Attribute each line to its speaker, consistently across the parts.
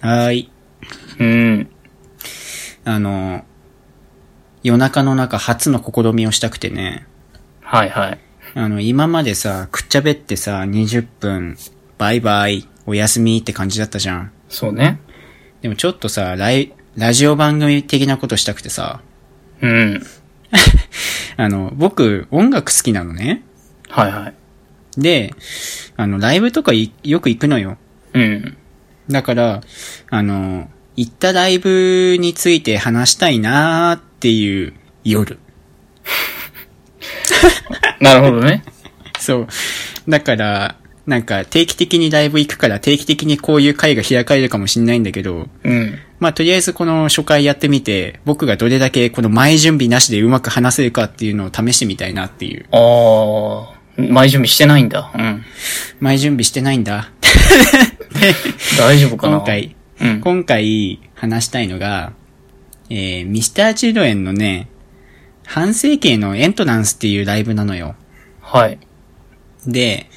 Speaker 1: はーい。
Speaker 2: うん。
Speaker 1: あの、夜中の中初の試みをしたくてね。
Speaker 2: はいはい。
Speaker 1: あの、今までさ、くっちゃべってさ、20分、バイバイ、おやすみって感じだったじゃん。
Speaker 2: そうね。
Speaker 1: でもちょっとさ、ライ、ラジオ番組的なことしたくてさ、
Speaker 2: うん。
Speaker 1: あの、僕、音楽好きなのね。
Speaker 2: はいはい。
Speaker 1: で、あの、ライブとかいよく行くのよ。
Speaker 2: うん。
Speaker 1: だから、あの、行ったライブについて話したいなーっていう夜。
Speaker 2: なるほどね。
Speaker 1: そう。だから、なんか定期的にライブ行くから定期的にこういう会が開かれるかもしんないんだけど、
Speaker 2: うん。
Speaker 1: まあとりあえずこの初回やってみて、僕がどれだけこの前準備なしでうまく話せるかっていうのを試してみたいなっていう。
Speaker 2: あー、前準備してないんだ。うん。
Speaker 1: 前準備してないんだ。
Speaker 2: 大丈夫かな
Speaker 1: 今。回、
Speaker 2: うん。
Speaker 1: 今回話したいのが、えー、ミスターチルドレンのね、半世紀へのエントランスっていうライブなのよ。
Speaker 2: はい。
Speaker 1: で、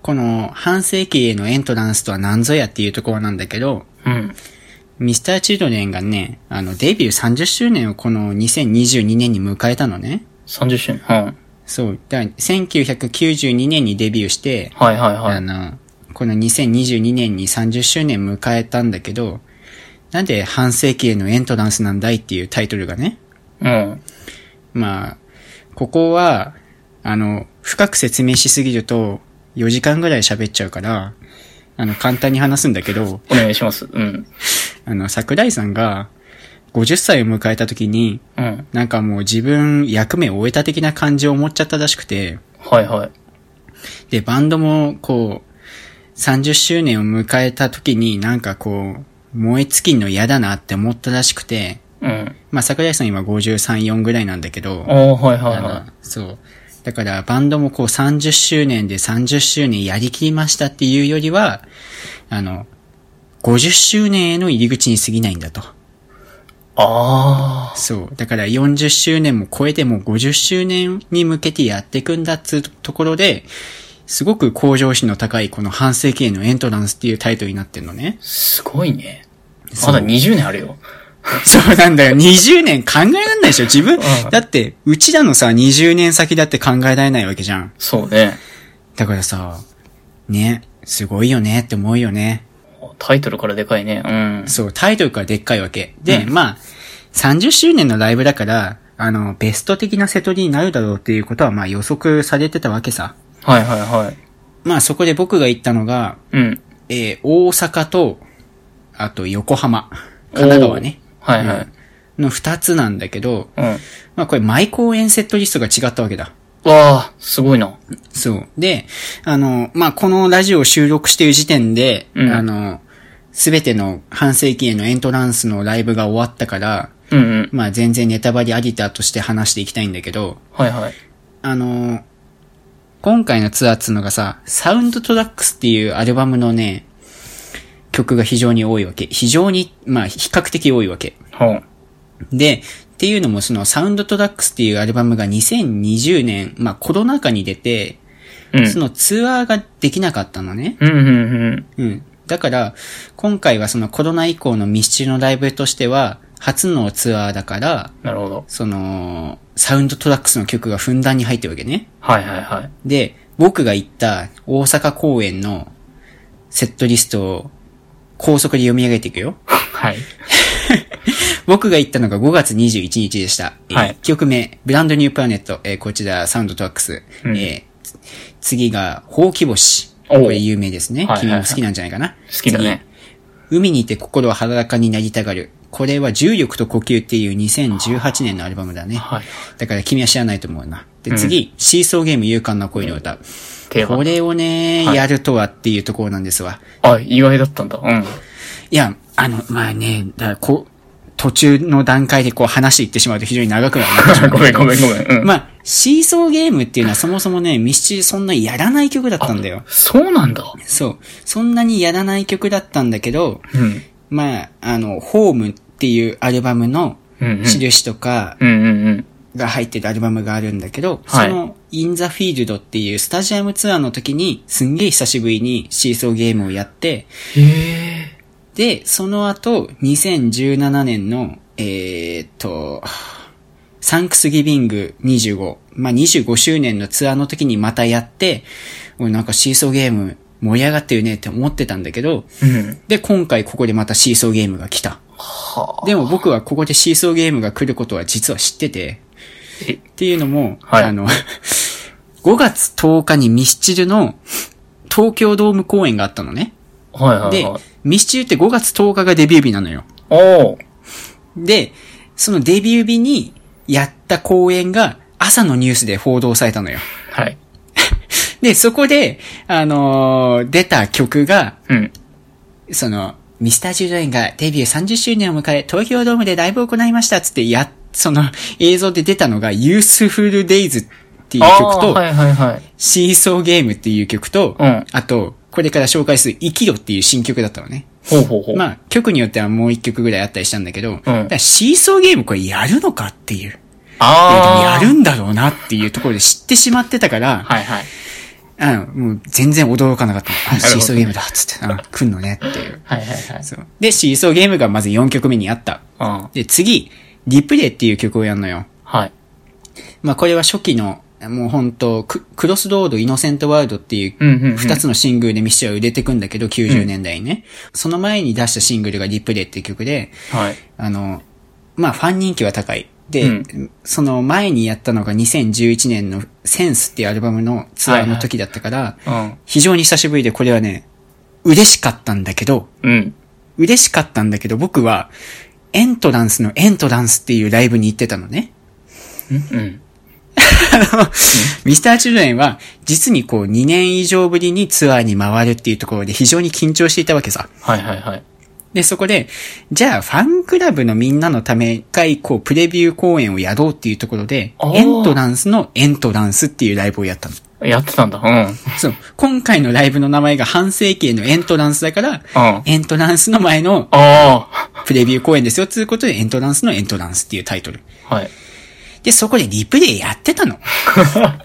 Speaker 1: この半世紀へのエントランスとは何ぞやっていうところなんだけど、
Speaker 2: うん。
Speaker 1: ミスターチルドレンがね、あの、デビュー30周年をこの2022年に迎えたのね。
Speaker 2: 30周年。うん。
Speaker 1: そう。だから1992年にデビューして、
Speaker 2: はいはいは
Speaker 1: あ
Speaker 2: い。
Speaker 1: の、この2022年に30周年迎えたんだけど、なんで半世紀へのエントランスなんだいっていうタイトルがね。
Speaker 2: うん。
Speaker 1: まあ、ここは、あの、深く説明しすぎると、4時間ぐらい喋っちゃうから、あの、簡単に話すんだけど、
Speaker 2: お願いします。うん。
Speaker 1: あの、桜井さんが、50歳を迎えた時に、
Speaker 2: うん。
Speaker 1: なんかもう自分役目を終えた的な感じを持っちゃったらしくて、
Speaker 2: はいはい。
Speaker 1: で、バンドもこう、30周年を迎えた時になんかこう、燃え尽きんの嫌だなって思ったらしくて、
Speaker 2: うん。
Speaker 1: まあ、桜井さん今53、4ぐらいなんだけど、
Speaker 2: あー、はいはい
Speaker 1: あ
Speaker 2: は
Speaker 1: のそう。だからバンドもこう30周年で30周年やりきりましたっていうよりは、あの、50周年への入り口に過ぎないんだと。
Speaker 2: い。あ
Speaker 1: そう。だから40周年も超えてもう50周年に向けてやっていくんだっつうところで、すごく向上心の高いこの半世紀へのエントランスっていうタイトルになってるのね
Speaker 2: ー、。すごいね。まだ20年あるよ。
Speaker 1: そうなんだよ。20年考えられないでしょ自分、
Speaker 2: うん
Speaker 1: だって、うちらのさ、20年先だって考えられないわけじゃん。
Speaker 2: そうね。
Speaker 1: だからさ、ね、すごいよねって思うよね。
Speaker 2: タイトルからでかいね。うん。
Speaker 1: そう、タイトルからでっかいわけ。で、
Speaker 2: う
Speaker 1: まあ、30周年のライブだから、あの、ベスト的なセトリになるだろうっていうことは、まあ予測されてたわけさ。
Speaker 2: はいはいはい。
Speaker 1: まあそこで僕が言ったのが、
Speaker 2: うん。
Speaker 1: えー大阪と、あと横浜、神奈川ね、
Speaker 2: おー。はいはい。
Speaker 1: の二つなんだけど、
Speaker 2: うん。わ
Speaker 1: まあこれ毎公演セットリストが違ったわけだ。
Speaker 2: あ、すごいな。
Speaker 1: そう。で、あの、まあ、このラジオを収録している時点で、
Speaker 2: うん
Speaker 1: あの、すべての半世紀へのエントランスのライブが終わったから、
Speaker 2: うんうん。
Speaker 1: まあ、全然ネタバレアディターとして話していきたいんだけど、
Speaker 2: はいはい。
Speaker 1: あの、今回のツアーっつうのがさ、サウンドトラックスっていうアルバムのね、曲が非常に多いわけ。非常に、まあ、比較的多いわけ。
Speaker 2: ほう。
Speaker 1: で、っていうのもそのサウンドトラックスっていうアルバムが2020年、まあ、コロナ禍に出て、
Speaker 2: うん。
Speaker 1: そのツアーができなかったのね。
Speaker 2: うんうんうん。
Speaker 1: うん。だから、今回はそのコロナ以降の密集のライブとしては、初のツアーだから、
Speaker 2: なるほど。
Speaker 1: その、サウンドトラックスの曲がふんだんに入ってるわけね。
Speaker 2: はいはいはい。
Speaker 1: で、僕が行った大阪公演のセットリストを高速で読み上げていくよ。
Speaker 2: はい。
Speaker 1: 僕が行ったのが5月21日でした。えー
Speaker 2: はい
Speaker 1: 1曲目、ブランドニュープラネット、えーこちらサウンドトラックス。
Speaker 2: うん
Speaker 1: えーつ次が、ほうき星。
Speaker 2: おう
Speaker 1: これ有名ですね。
Speaker 2: はいはい
Speaker 1: 君
Speaker 2: はい
Speaker 1: も好きなんじゃないかな。
Speaker 2: 好きだね。
Speaker 1: 次。海にいて心は裸になりたがる。これは重力と呼吸っていう2018年のアルバムだね。
Speaker 2: はい。
Speaker 1: だから君は知らないと思うな。で、次、シーソーゲーム勇敢な恋の歌。
Speaker 2: 定
Speaker 1: こ
Speaker 2: 番。
Speaker 1: れをね、
Speaker 2: はい
Speaker 1: やるとはっていうところなんですわ。
Speaker 2: あ、意外だったんだ。うん。
Speaker 1: いや、あの、まあね、だからこう、途中の段階でこう話していってしまうと非常に長くなる。
Speaker 2: ごめんごめんごめん。 うん。
Speaker 1: まあ、シーソーゲームっていうのはそもそもね、ミスチルそんなやらない曲だったんだよ。
Speaker 2: そうなんだ。
Speaker 1: そう。そんなにやらない曲だったんだけど、
Speaker 2: うん。
Speaker 1: まあ、あの、ホームっていうアルバムの
Speaker 2: うんうん。
Speaker 1: 印とか
Speaker 2: うんうんうん。
Speaker 1: が入ってるアルバムがあるんだけど、
Speaker 2: はい
Speaker 1: その、インザフィールドっていうスタジアムツアーの時に、すんげえ久しぶりにシーソーゲームをやって、
Speaker 2: へえ。
Speaker 1: で、その後、2017年の、えーっと、サンクスギビング25。まあ、25周年のツアーの時にまたやって、おいなんかシーソーゲーム盛り上がってるねって思ってたんだけど、
Speaker 2: うん。
Speaker 1: で、今回ここでまたシーソーゲームが来た。
Speaker 2: はあ。
Speaker 1: でも僕はここでシーソーゲームが来ることは実は知ってて、
Speaker 2: え
Speaker 1: っていうのも、
Speaker 2: はい
Speaker 1: あの、5月10日にミスチルの東京ドーム公演があったのね。
Speaker 2: はいはい
Speaker 1: で
Speaker 2: はい。、
Speaker 1: ミスチルって5月10日がデビュー日なのよ。
Speaker 2: おー。
Speaker 1: で、そのデビュー日にやった公演が朝のニュースで報道されたのよ。
Speaker 2: はい。
Speaker 1: で、そこで、あのー出た曲が、
Speaker 2: うん。
Speaker 1: その、ミスタージュドエンがデビュー30周年を迎え、東京ドームでライブを行いましたっつって、や、その映像で出たのが、ユースフルデイズっていう曲
Speaker 2: あー
Speaker 1: と、
Speaker 2: はいはいはい。
Speaker 1: シーソーゲームっていう曲と、
Speaker 2: うん
Speaker 1: あと、これから紹介する生きろっていう新曲だったのね。
Speaker 2: ほうほうほう。
Speaker 1: まあ、曲によってはもう一曲ぐらいあったりしたんだけど、だからシーソーゲームこれやるのかっていう。
Speaker 2: あ
Speaker 1: や
Speaker 2: ー。
Speaker 1: るんだろうなっていうところで知ってしまってたから、
Speaker 2: はいはい。
Speaker 1: あの、もう全然驚かなかった。あ、
Speaker 2: なるほど
Speaker 1: シーソーゲームだっつって、あ、来んのねっていう。
Speaker 2: はいはい
Speaker 1: そう。で、シーソーゲームがまず4曲目にあった。
Speaker 2: はい。う
Speaker 1: で、
Speaker 2: ん。
Speaker 1: 次、リプレイっていう曲をやるのよ。
Speaker 2: はい。
Speaker 1: まあ、これは初期の、もう本当ククロスロード、イノセントワールドっていう
Speaker 2: うんうんうん。
Speaker 1: 二つのシングルでミスチルは売れてくんだけど、90年代にね。その前に出したシングルがリプレイっていう曲で、
Speaker 2: はい。
Speaker 1: あの、まあ、ファン人気は高い。で、
Speaker 2: うん
Speaker 1: その前にやったのが2011年のセンスっていうアルバムのツアーの時だったから、
Speaker 2: うん。
Speaker 1: 非常に久しぶりでこれはね、嬉しかったんだけど、
Speaker 2: うん。
Speaker 1: 嬉しかったんだけど僕は、エントランスのエントランスっていうライブに行ってたのね。
Speaker 2: うん。
Speaker 1: ミスターチルドレンは、実にこう2年以上ぶりにツアーに回るっていうところで非常に緊張していたわけさ。
Speaker 2: はいはいはい。
Speaker 1: で、そこで、じゃあファンクラブのみんなのため、一回こうプレビュー公演をやろうっていうところで
Speaker 2: あ、ー
Speaker 1: エントランスのエントランスっていうライブをやったの。
Speaker 2: やってたんだ。うん。うん。
Speaker 1: そう、今回のライブの名前が半世紀へのエントランスだから、
Speaker 2: あ
Speaker 1: エントランスの前の
Speaker 2: あ
Speaker 1: プレビュー公演ですよ、ということでエントランスのエントランスっていうタイトル。
Speaker 2: ー。はい。
Speaker 1: で、そこでリプレイやって たの。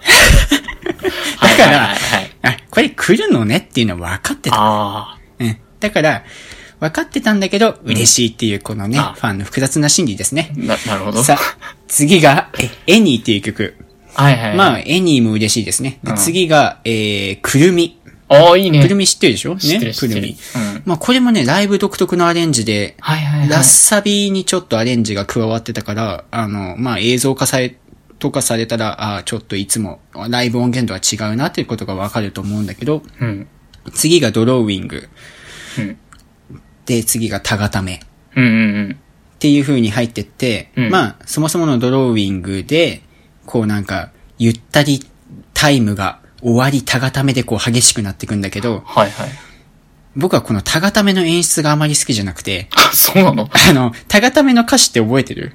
Speaker 1: か
Speaker 2: はいはい
Speaker 1: ら
Speaker 2: はいはい。
Speaker 1: あ、これ来るのねっていうのは分かってた。
Speaker 2: あ
Speaker 1: うん。だから、分かってたんだけど、嬉しいっていうこのね、
Speaker 2: あ
Speaker 1: ファンの複雑な心理ですね
Speaker 2: あ。。な、なるほど。
Speaker 1: さあ、次が、え、エニーっていう曲。
Speaker 2: はいはい。
Speaker 1: ま
Speaker 2: ま
Speaker 1: あ、エニーも嬉しいですね。で
Speaker 2: うん
Speaker 1: 次が、えー、くるみ。
Speaker 2: あ、ああ、いいね。
Speaker 1: くるみ知ってるでしょ
Speaker 2: 知って
Speaker 1: ね
Speaker 2: る、知
Speaker 1: く
Speaker 2: って
Speaker 1: る
Speaker 2: る。
Speaker 1: み。
Speaker 2: うん。
Speaker 1: まあ、これもね、ライブ独特のアレンジで、
Speaker 2: はいはいは
Speaker 1: ラッ
Speaker 2: い。
Speaker 1: サビにちょっとアレンジが加わってたから、あの、まあ、映像化され、とかされたら、ああ、ちょっといつも、ライブ音源とは違うなっていうことがわかると思うんだけど、
Speaker 2: うん。
Speaker 1: 次がドローウィング。
Speaker 2: うん
Speaker 1: で、次がタガタメ。
Speaker 2: うんうんうん。
Speaker 1: っていう風に入ってって、
Speaker 2: うん
Speaker 1: まあ、そもそものドローウィングで、こうなんか、ゆったりタイムが終わり、タガタメでこう激しくなっていくんだけど、
Speaker 2: はいはい。
Speaker 1: 僕はこのタガタメの演出があまり好きじゃなくて、
Speaker 2: あ、そうなの
Speaker 1: あの、タガタメの歌詞って覚えてる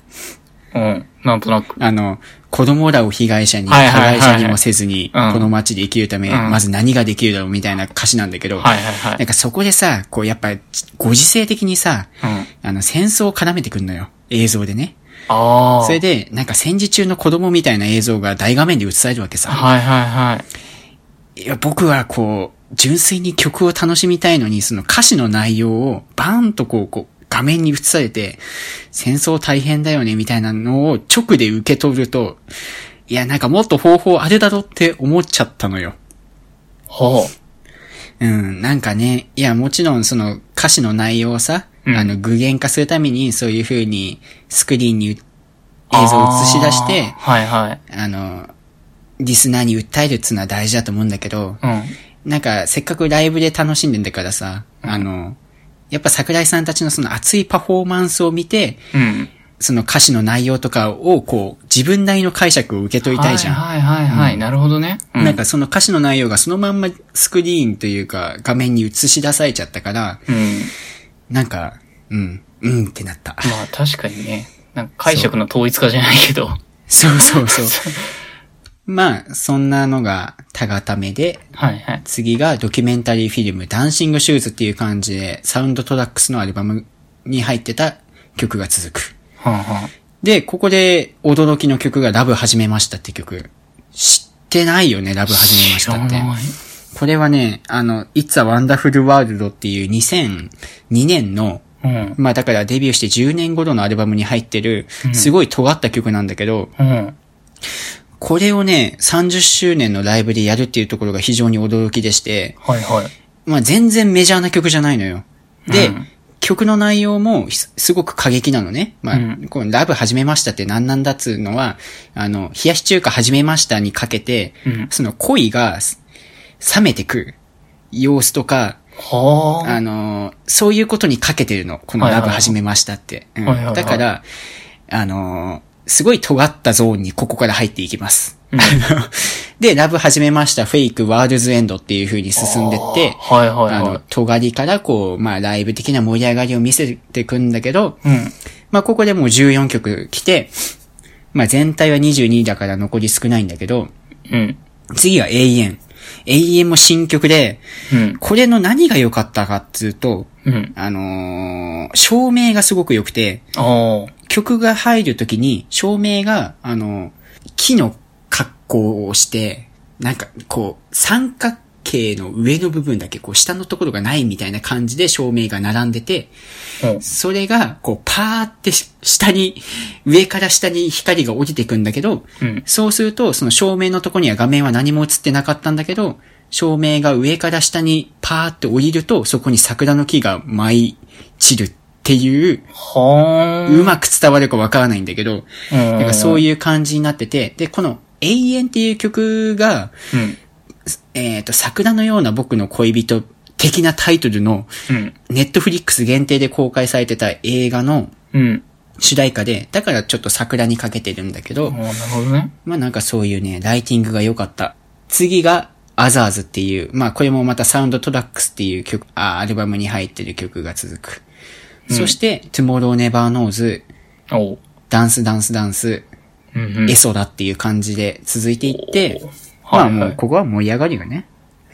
Speaker 2: うん。なんとなく。
Speaker 1: あの、子供らを被害者に、
Speaker 2: はいはいはいはい
Speaker 1: 加害者にもせずに、
Speaker 2: うん
Speaker 1: この街で生きるため、
Speaker 2: うん
Speaker 1: まず何ができるだろうみたいな歌詞なんだけど、
Speaker 2: はいはいは
Speaker 1: なん
Speaker 2: い。
Speaker 1: かそこでさ、こうやっぱ、ご時世的にさ、
Speaker 2: うん。
Speaker 1: あの、戦争を絡めてくんのよ。映像でね。
Speaker 2: ああ。
Speaker 1: それで、なんか戦時中の子供みたいな映像が大画面で映されるわけさ。
Speaker 2: はいはいはい。
Speaker 1: いや、僕はこう、純粋に曲を楽しみたいのに、その歌詞の内容をバーンとこう、こう、画面に映されて、戦争大変だよね、みたいなのを直で受け取ると、いや、なんかもっと方法あるだろって思っちゃったのよ。
Speaker 2: ほ
Speaker 1: うん、なんかね、いや、もちろんその歌詞の内容をさ、
Speaker 2: うん
Speaker 1: あの、具現化するために、そういう風に、スクリーンに映像を映し出して、
Speaker 2: あーはいはい。
Speaker 1: あの、リスナーに訴えるっていうのは大事だと思うんだけど、
Speaker 2: うん。
Speaker 1: なんか、せっかくライブで楽しんでんだからさ、あの、やっぱ桜井さんたちのその熱いパフォーマンスを見て、
Speaker 2: うん。
Speaker 1: その歌詞の内容とかをこう、自分なりの解釈を受け取りたいじゃん。
Speaker 2: はいはいはいはい。なるほどね。う
Speaker 1: なん、かその歌詞の内容がそのまんまスクリーンというか画面に映し出されちゃったから、
Speaker 2: うん。
Speaker 1: なんか、うん、うんってなった。
Speaker 2: まあ確かにね。なんか解釈の統一化じゃないけど。
Speaker 1: そうそうそう。まあ、そんなのがたがためで、
Speaker 2: はいはい。
Speaker 1: 次がドキュメンタリーフィルム、ダンシングシューズっていう感じで、サウンドトラックスのアルバムに入ってた曲が続く。
Speaker 2: はんはん。
Speaker 1: で、ここで驚きの曲がラブ始めましたって曲。知ってないよね、ラブ始めましたって。
Speaker 2: 知らない
Speaker 1: これはね、あの、It's a Wonderful World っていう2002年の、
Speaker 2: うん。
Speaker 1: まあだからデビューして10年頃のアルバムに入ってる、すごい尖った曲なんだけど、
Speaker 2: うん。
Speaker 1: これをね、30周年のライブでやるっていうところが非常に驚きでして、
Speaker 2: はいはい。
Speaker 1: まあ全然メジャーな曲じゃないのよ。で、
Speaker 2: うん
Speaker 1: 曲の内容もひすごく過激なのね。まあ、
Speaker 2: うん
Speaker 1: このラブ始めましたって何なんだっつうのは、あの、冷やし中華始めましたにかけて、
Speaker 2: うん
Speaker 1: その恋がす冷めてく様子とか、あ
Speaker 2: は
Speaker 1: の、そういうことにかけてるの。この
Speaker 2: はいは
Speaker 1: ラ
Speaker 2: い
Speaker 1: ブ
Speaker 2: はい
Speaker 1: 始めましたって。うん
Speaker 2: はいはいはい
Speaker 1: だから、あの、すごい尖ったゾーンにここから入っていきます。 で、ラブ始めました、フェイク、ワールズエンドっていう風に
Speaker 2: あ。
Speaker 1: 進んでって、
Speaker 2: はいはい
Speaker 1: あの
Speaker 2: は、
Speaker 1: 尖りからこう、まあライブ的な盛り上がりを見せていくんだけど、
Speaker 2: い。うん。
Speaker 1: まあここでもう14曲来て、まあ全体は22だから残り少ないんだけど、
Speaker 2: うん。
Speaker 1: 次は永遠。永遠も新曲で、
Speaker 2: うん。
Speaker 1: これの何が良かったかっつうと、
Speaker 2: うん。
Speaker 1: あのー照明がすごく良くて、
Speaker 2: ああ。
Speaker 1: 曲が入るときに照明が、あの木の格好をして、なんかこう、三角形の上の部分だけ、こう下のところがないみたいな感じで照明が並んでて、
Speaker 2: うん
Speaker 1: それが、こう、パーってし下に、上から下に光が落ちていくんだけど、
Speaker 2: うん
Speaker 1: そうすると、その照明のとこには画面は何も映ってなかったんだけど、照明が上から下にパーって降りると、そこに桜の木が舞い散るっていう、
Speaker 2: はー
Speaker 1: うまく伝わるかわからないんだけど、
Speaker 2: うん
Speaker 1: なんかそういう感じになってて、で、この永遠っていう曲が、
Speaker 2: うん。
Speaker 1: えっ、と、桜のような僕の恋人的なタイトルの、
Speaker 2: うん。
Speaker 1: ネットフリックス限定で公開されてた映画の
Speaker 2: うん。
Speaker 1: 主題歌で、だからちょっと桜にかけてるんだけど、
Speaker 2: ああ、なるほどね。
Speaker 1: まあなんかそういうね、ライティングが良かった。次が、アザーズっていう、まあこれもまたサウンドトラックスっていう曲、あアルバムに入ってる曲が続く。そして、Tomorrow Never Knows、
Speaker 2: おう。
Speaker 1: ダンスダンスダンス、
Speaker 2: うんうん
Speaker 1: エ。ソだっていう感じで続いていって、
Speaker 2: おーはいはい
Speaker 1: まあもうここは盛り上がりがね。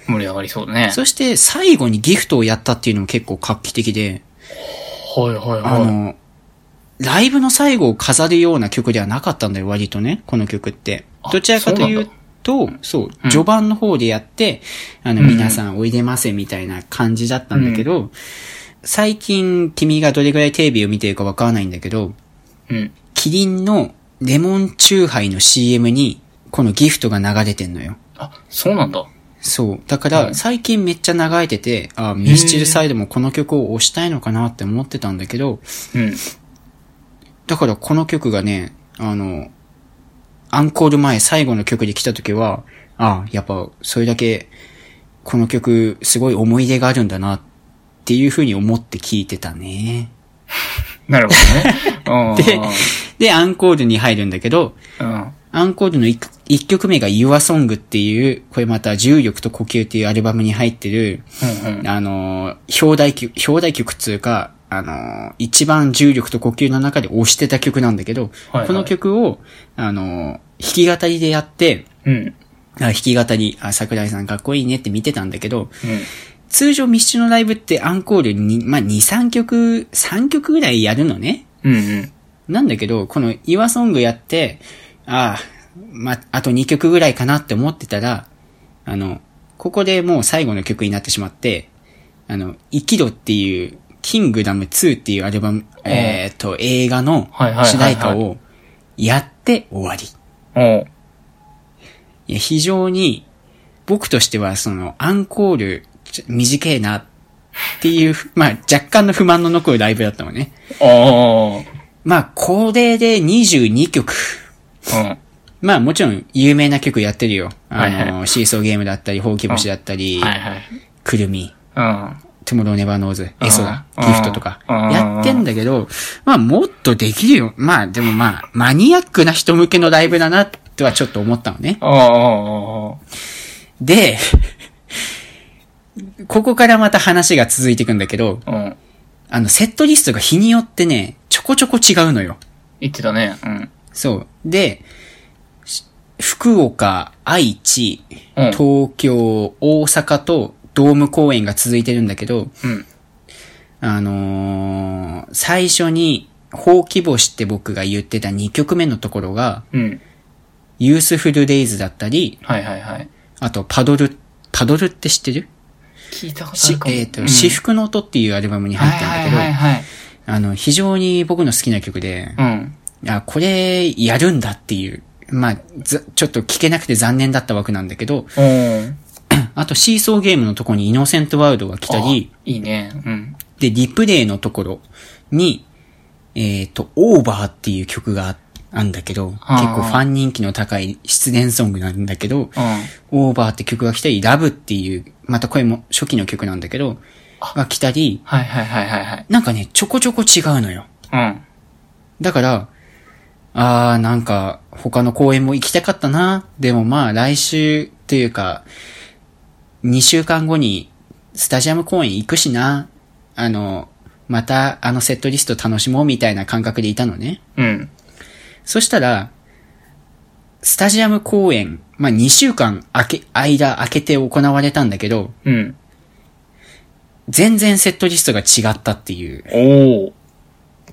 Speaker 2: 盛り上がりそうだね。
Speaker 1: そして最後にギフトをやったっていうのも結構画期的で、
Speaker 2: はいはい
Speaker 1: あ
Speaker 2: は
Speaker 1: の、ライブの最後を飾るような曲ではなかったんだよ、割とね、この曲って。
Speaker 2: あ
Speaker 1: どちらかというと、そう序盤の方でやって、あの、
Speaker 2: うん
Speaker 1: 皆さんおいでませみたいな感じだったんだけど、最近君がどれぐらいテレビを見てるかわからないんだけど、
Speaker 2: い。うん。
Speaker 1: キリンのレモンチューハイの CM に、このギフトが流れてんのよ。
Speaker 2: あ、そうなんだ。
Speaker 1: そう。だから、最近めっちゃ流れてて、あ、ミスチルサイドもこの曲を推したいのかなって思ってたんだけど、
Speaker 2: うん。
Speaker 1: だからこの曲がね、あの、アンコール前最後の曲で来た時は、ああ、やっぱそれだけこの曲すごい思い出があるんだなっていうふうに思って聴いてたね。
Speaker 2: なるほどね。
Speaker 1: で、アンコールに入るんだけど、
Speaker 2: うん。うん。
Speaker 1: アンコールの 1, 曲目が Your Song っていう、これまた重力と呼吸っていうアルバムに入ってる、
Speaker 2: うんうん。
Speaker 1: あのー、表題曲、表題曲っつうか、あのー、一番重力と呼吸の中で推してた曲なんだけど、
Speaker 2: はいはい
Speaker 1: この曲を、あのー、弾き語りでやって、
Speaker 2: うん。
Speaker 1: あ弾き語り、あ、桜井さんかっこいいねって見てたんだけど、
Speaker 2: うん。
Speaker 1: 通常ミッシュのライブってアンコールに、まあ、2、3曲、3曲ぐらいやるのね。
Speaker 2: うんうん。
Speaker 1: なんだけど、この Your Song やって、ああ、まあ、あと2曲ぐらいかなって思ってたら、あの、ここでもう最後の曲になってしまって、あの、生きろっていう、キングダム2っていうアルバム、
Speaker 2: ん
Speaker 1: えっ、と、映画の
Speaker 2: はいはいはいはい
Speaker 1: 主題歌をやって終わり。
Speaker 2: おう。
Speaker 1: いや、非常に、僕としてはその、アンコール、ちょ短えなって いう、まあ、若干の不満の残るライブだったのね。
Speaker 2: あ
Speaker 1: まあ、これで22曲。
Speaker 2: あ。うん。
Speaker 1: まあもちろん有名な曲やってるよ。あの、
Speaker 2: はいは
Speaker 1: シーソーゲームだったり、ほうき星だったり、
Speaker 2: はいはい。
Speaker 1: くるみ、
Speaker 2: うん。
Speaker 1: トゥモローネバーノーズ、エソだ、
Speaker 2: うん
Speaker 1: ギフトとか、
Speaker 2: うん
Speaker 1: やってんだけど、まあもっとできるよ。まあでもまあ、マニアックな人向けのライブだな、とはちょっと思ったのね。
Speaker 2: ああ。
Speaker 1: で、 ここからまた話が続いていくんだけど、
Speaker 2: うん。
Speaker 1: あの、セットリストが日によってね、ちょこちょこ違うのよ。
Speaker 2: 言ってたね。うん。
Speaker 1: そう。で、し福岡、愛知、
Speaker 2: うん
Speaker 1: 東京、大阪とドーム公演が続いてるんだけど、
Speaker 2: うん。
Speaker 1: あのー最初に、ほうき星って僕が言ってた2曲目のところが、
Speaker 2: うん。
Speaker 1: ユースフルデイズだったり、
Speaker 2: はいはいはい。
Speaker 1: あとパドルっパドルって知ってる
Speaker 2: 聞いたことあ
Speaker 1: し
Speaker 2: るかも。
Speaker 1: えっ、と、
Speaker 2: うん
Speaker 1: 私服の音っていうアルバムに入ってるんだけど、
Speaker 2: はいはいはいはい。
Speaker 1: あの、非常に僕の好きな曲で、
Speaker 2: うん。
Speaker 1: あ、これ、やるんだっていう。まあ、ざちょっと聞けなくて残念だった枠なんだけど、
Speaker 2: おー。
Speaker 1: あとシーソーゲームのとこにイノセントワールドが来たり、
Speaker 2: あいいね。うん。
Speaker 1: で、リプレイのところに、えっ、と、オーバーっていう曲があんだけど、結
Speaker 2: あ
Speaker 1: 構ファン人気の高い失恋ソングなんだけど、
Speaker 2: うん。
Speaker 1: オーバーって曲が来たり、ラブっていう、またこれも初期の曲なんだけど、が来たり、
Speaker 2: はいはいはいはいはい。
Speaker 1: なんかね、ちょこちょこ違うのよ。
Speaker 2: うん。
Speaker 1: だから、あー、なんか、他の公演も行きたかったな。でもまあ、来週というか、2週間後に、スタジアム公演行くしな。あの、また、あのセットリスト楽しもうみたいな感覚でいたのね。
Speaker 2: うん。
Speaker 1: そしたら、スタジアム公演、まあ2週間空け、間空けて行われたんだけど、
Speaker 2: うん。
Speaker 1: 全然セットリストが違ったっていう
Speaker 2: おー。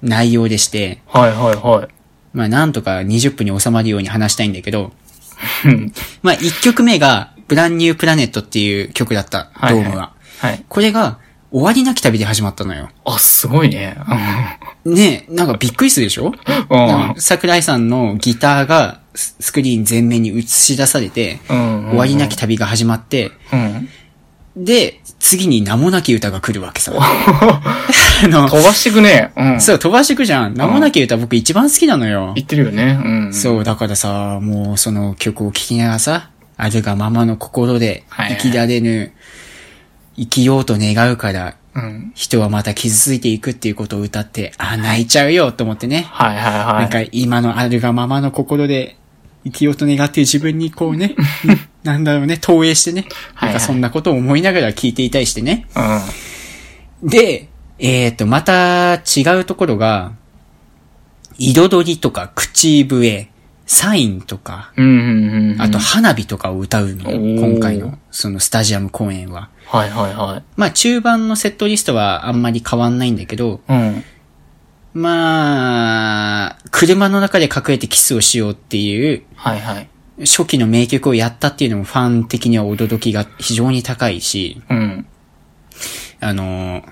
Speaker 1: 内容でして、
Speaker 2: はいはいは
Speaker 1: まあなんとか20分に収まるように話したいんだけど、
Speaker 2: い。うん。
Speaker 1: まあ、1曲目が、ブランニュープラネットっていう曲だった、
Speaker 2: はい
Speaker 1: ド
Speaker 2: はい
Speaker 1: ームは。
Speaker 2: はい。
Speaker 1: これが、終わりなき旅で始まったのよ。
Speaker 2: あ、すごいね。
Speaker 1: ねえ、なんかびっくりするでしょ
Speaker 2: うん。
Speaker 1: なんか桜井さんのギターがススクリーン全面に映し出されて、
Speaker 2: うん。
Speaker 1: 終わりなき旅が始まって、
Speaker 2: うん。
Speaker 1: で、次に名もなき歌が来るわけ さ。あの、
Speaker 2: 飛ばしてくね。うん。
Speaker 1: そう、飛ばしてくじゃん。名もなき歌僕一番好きなのよ。
Speaker 2: 言ってるよね。うん。
Speaker 1: そう、だからさ、もうその曲を聴きながらさ、あるがままの心で
Speaker 2: はいは
Speaker 1: 生
Speaker 2: い
Speaker 1: きられぬ、生きようと願うから、
Speaker 2: うん。
Speaker 1: 人はまた傷ついていくっていうことを歌って、あ、泣いちゃうよと思ってね。
Speaker 2: はいは
Speaker 1: ないん
Speaker 2: はい。
Speaker 1: か今のあるがままの心で生きようと願っている自分にこう ね、うんなんだろうね、投影してね。
Speaker 2: はい
Speaker 1: なん
Speaker 2: はい
Speaker 1: かそんなことを思いながら聴いていたりしてね。
Speaker 2: うん。
Speaker 1: で、えっ、と、また違うところが、彩りとか口笛、サインとか、
Speaker 2: うんうんうん。
Speaker 1: あと、花火とかを歌うの、
Speaker 2: おー
Speaker 1: 今回の、そのスタジアム公演は。
Speaker 2: はいはいは
Speaker 1: まあ、中盤のセットリストはあんまり変わんないんだけど、
Speaker 2: い。うん。
Speaker 1: まあ、車の中で隠れてキスをしようっていう、
Speaker 2: はいはい。
Speaker 1: 初期の名曲をやったっていうのもファン的には驚きが非常に高いし、
Speaker 2: うん。
Speaker 1: あのー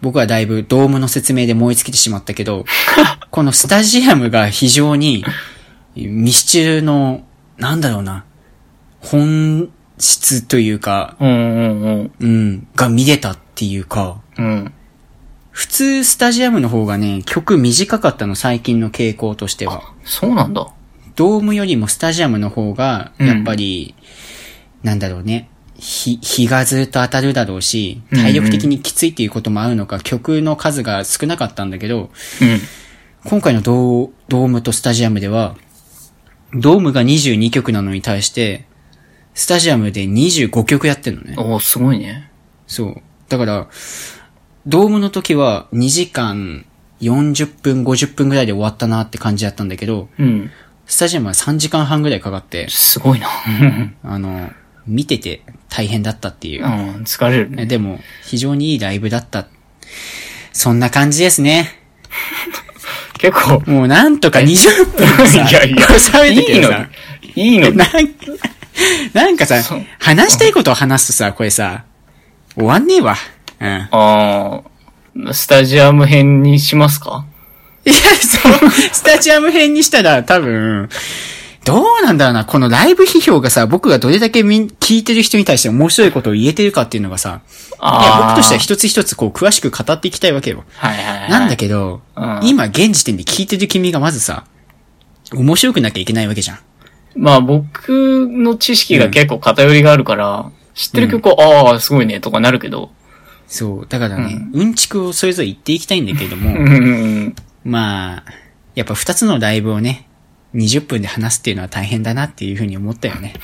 Speaker 1: 僕はだいぶドームの説明で燃え尽きてしまったけ ど、このスタジアムが非常に、ミスチルの、なんだろうな、本質というか、
Speaker 2: うんうんうん。
Speaker 1: うん、が見れたっていうか、
Speaker 2: うん。
Speaker 1: 普通スタジアムの方がね、曲短かったの、最近の傾向としては。
Speaker 2: そうなんだ。
Speaker 1: ドームよりもスタジアムの方が、やっぱり、なんだろうね、日、日がずっと当たるだろうし、
Speaker 2: うんうん
Speaker 1: 体力的にきついっていうこともあるのか、曲の数が少なかったんだけど、
Speaker 2: うん。
Speaker 1: 今回のドードームとスタジアムでは、ドームが22曲なのに対して、スタジアムで25曲やってるのね。
Speaker 2: おー、すごいね。
Speaker 1: そう。だから、ドームの時は2時間40分、50分ぐらいで終わったなって感じだったんだけど、
Speaker 2: うん。
Speaker 1: スタジアムは3時間半ぐらいかかって、
Speaker 2: すごいな。
Speaker 1: あの、見てて大変だったっていうう。
Speaker 2: ん。疲れるね。
Speaker 1: でも、非常にいいライブだった。そんな感じですね。
Speaker 2: 結構、
Speaker 1: もうなんとか20分
Speaker 2: い
Speaker 1: さ、
Speaker 2: やいや、
Speaker 1: 喋って
Speaker 2: いい
Speaker 1: て
Speaker 2: の
Speaker 1: さ、
Speaker 2: いいの
Speaker 1: なんなんかさ
Speaker 2: そう、
Speaker 1: 話したいことを話すとさ、これさ、終わんねえわ。うん。
Speaker 2: あースタジアム編にしますか
Speaker 1: いや、そう、スタジアム編にしたら多分、どうなんだろうな、このライブ批評がさ、僕がどれだけみん聞いてる人に対して面白いことを言えてるかっていうのがさ、いや
Speaker 2: あー
Speaker 1: 僕としては一つ一つこう詳しく語っていきたいわけよ。
Speaker 2: はいはいはい。
Speaker 1: なんだけど、
Speaker 2: うん
Speaker 1: 今現時点で聞いてる君がまずさ、面白くなきゃいけないわけじゃん。
Speaker 2: まあ僕の知識が結構偏りがあるから、知ってる曲は、ああ、すごいね、とかなるけど。
Speaker 1: そう、だからね、うん、ちくをそれぞれ言っていきたいんだけれども、
Speaker 2: うんうんうん。
Speaker 1: まあ、やっぱ二つのライブをね、20分で話すっていうのは大変だなっていうふうに思ったよね。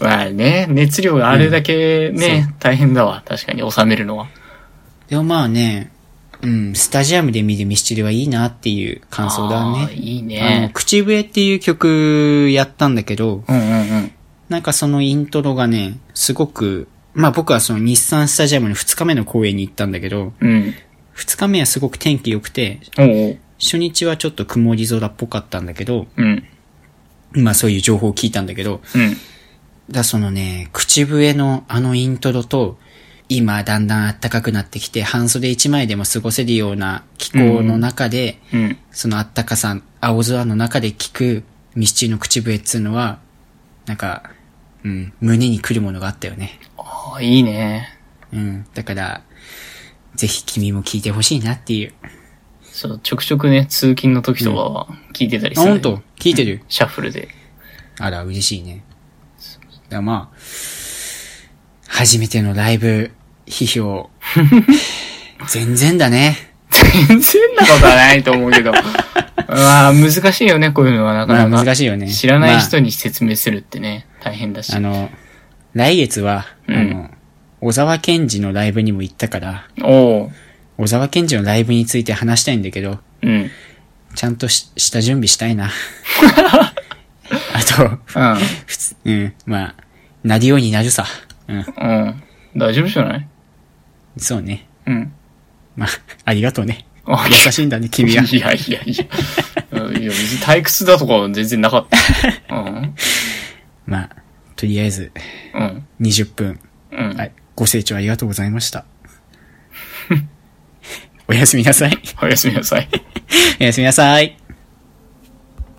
Speaker 2: まあね、熱量があれだけね、大変だわ。確かに収めるのは。
Speaker 1: でもまあね、うん、スタジアムで見るミスチルはいいなっていう感想だ
Speaker 2: あー
Speaker 1: ね。
Speaker 2: いい
Speaker 1: あの、
Speaker 2: ね。
Speaker 1: 口笛っていう曲やったんだけど、
Speaker 2: うんうんうん。
Speaker 1: なんかそのイントロがね、すごく、まあ僕はその日産スタジアムの2日目の公演に行ったんだけど、
Speaker 2: うん。
Speaker 1: 2日目はすごく天気良くて、
Speaker 2: おうおう。
Speaker 1: 初日はちょっと曇り空っぽかったんだけど、
Speaker 2: うん。
Speaker 1: まあそういう情報を聞いたんだけど、
Speaker 2: うん。
Speaker 1: だ、そのね、口笛のあのイントロと、今だんだん暖かくなってきて、半袖一枚でも過ごせるような気候の中で、
Speaker 2: うん。
Speaker 1: その暖かさ、青空の中で聞くミスチルの口笛っつうのは、なんか、うん、胸に来るものがあったよね。
Speaker 2: ああ、いいね。
Speaker 1: うん。だから、ぜひ君も聞いてほしいなっていう。
Speaker 2: そう、ちょくちょくね、通勤の時とかは聞いてたり
Speaker 1: あ、
Speaker 2: する、
Speaker 1: ほんと聞いてる
Speaker 2: シャッフルで。
Speaker 1: あら、嬉しいね。だからまあ、初めてのライブ、批評。全然だね。
Speaker 2: 全然なことはないと思うけ ど。まあ、難しいよね、こういうのはな か
Speaker 1: まあ
Speaker 2: なか。
Speaker 1: 難しいよね。
Speaker 2: 知らない
Speaker 1: ま
Speaker 2: 人に説明するってね、大変だし。
Speaker 1: あ、あの、来月は、
Speaker 2: うん
Speaker 1: あの、小沢健二のライブにも行ったから、
Speaker 2: おう。
Speaker 1: 小沢健二のライブについて話したいんだけど、
Speaker 2: うん。
Speaker 1: ちゃんとしした準備したいな。あと、
Speaker 2: うん。
Speaker 1: 普通、うん、まあ、なるようになるさ。うん、
Speaker 2: うん。大丈夫じゃない
Speaker 1: そうね。
Speaker 2: うん。
Speaker 1: まあ、ありがとうね。
Speaker 2: あ
Speaker 1: 優しいんだね、君は。
Speaker 2: いやいやいや。うんいや、別に退屈だとかは全然なか った。うん。
Speaker 1: まあ、とりあえず、
Speaker 2: うん。
Speaker 1: 20分。
Speaker 2: うん。
Speaker 1: はい。ご清聴ありがとうございました。おやすみなさい。
Speaker 2: おやすみなさい。
Speaker 1: おやすみなさい。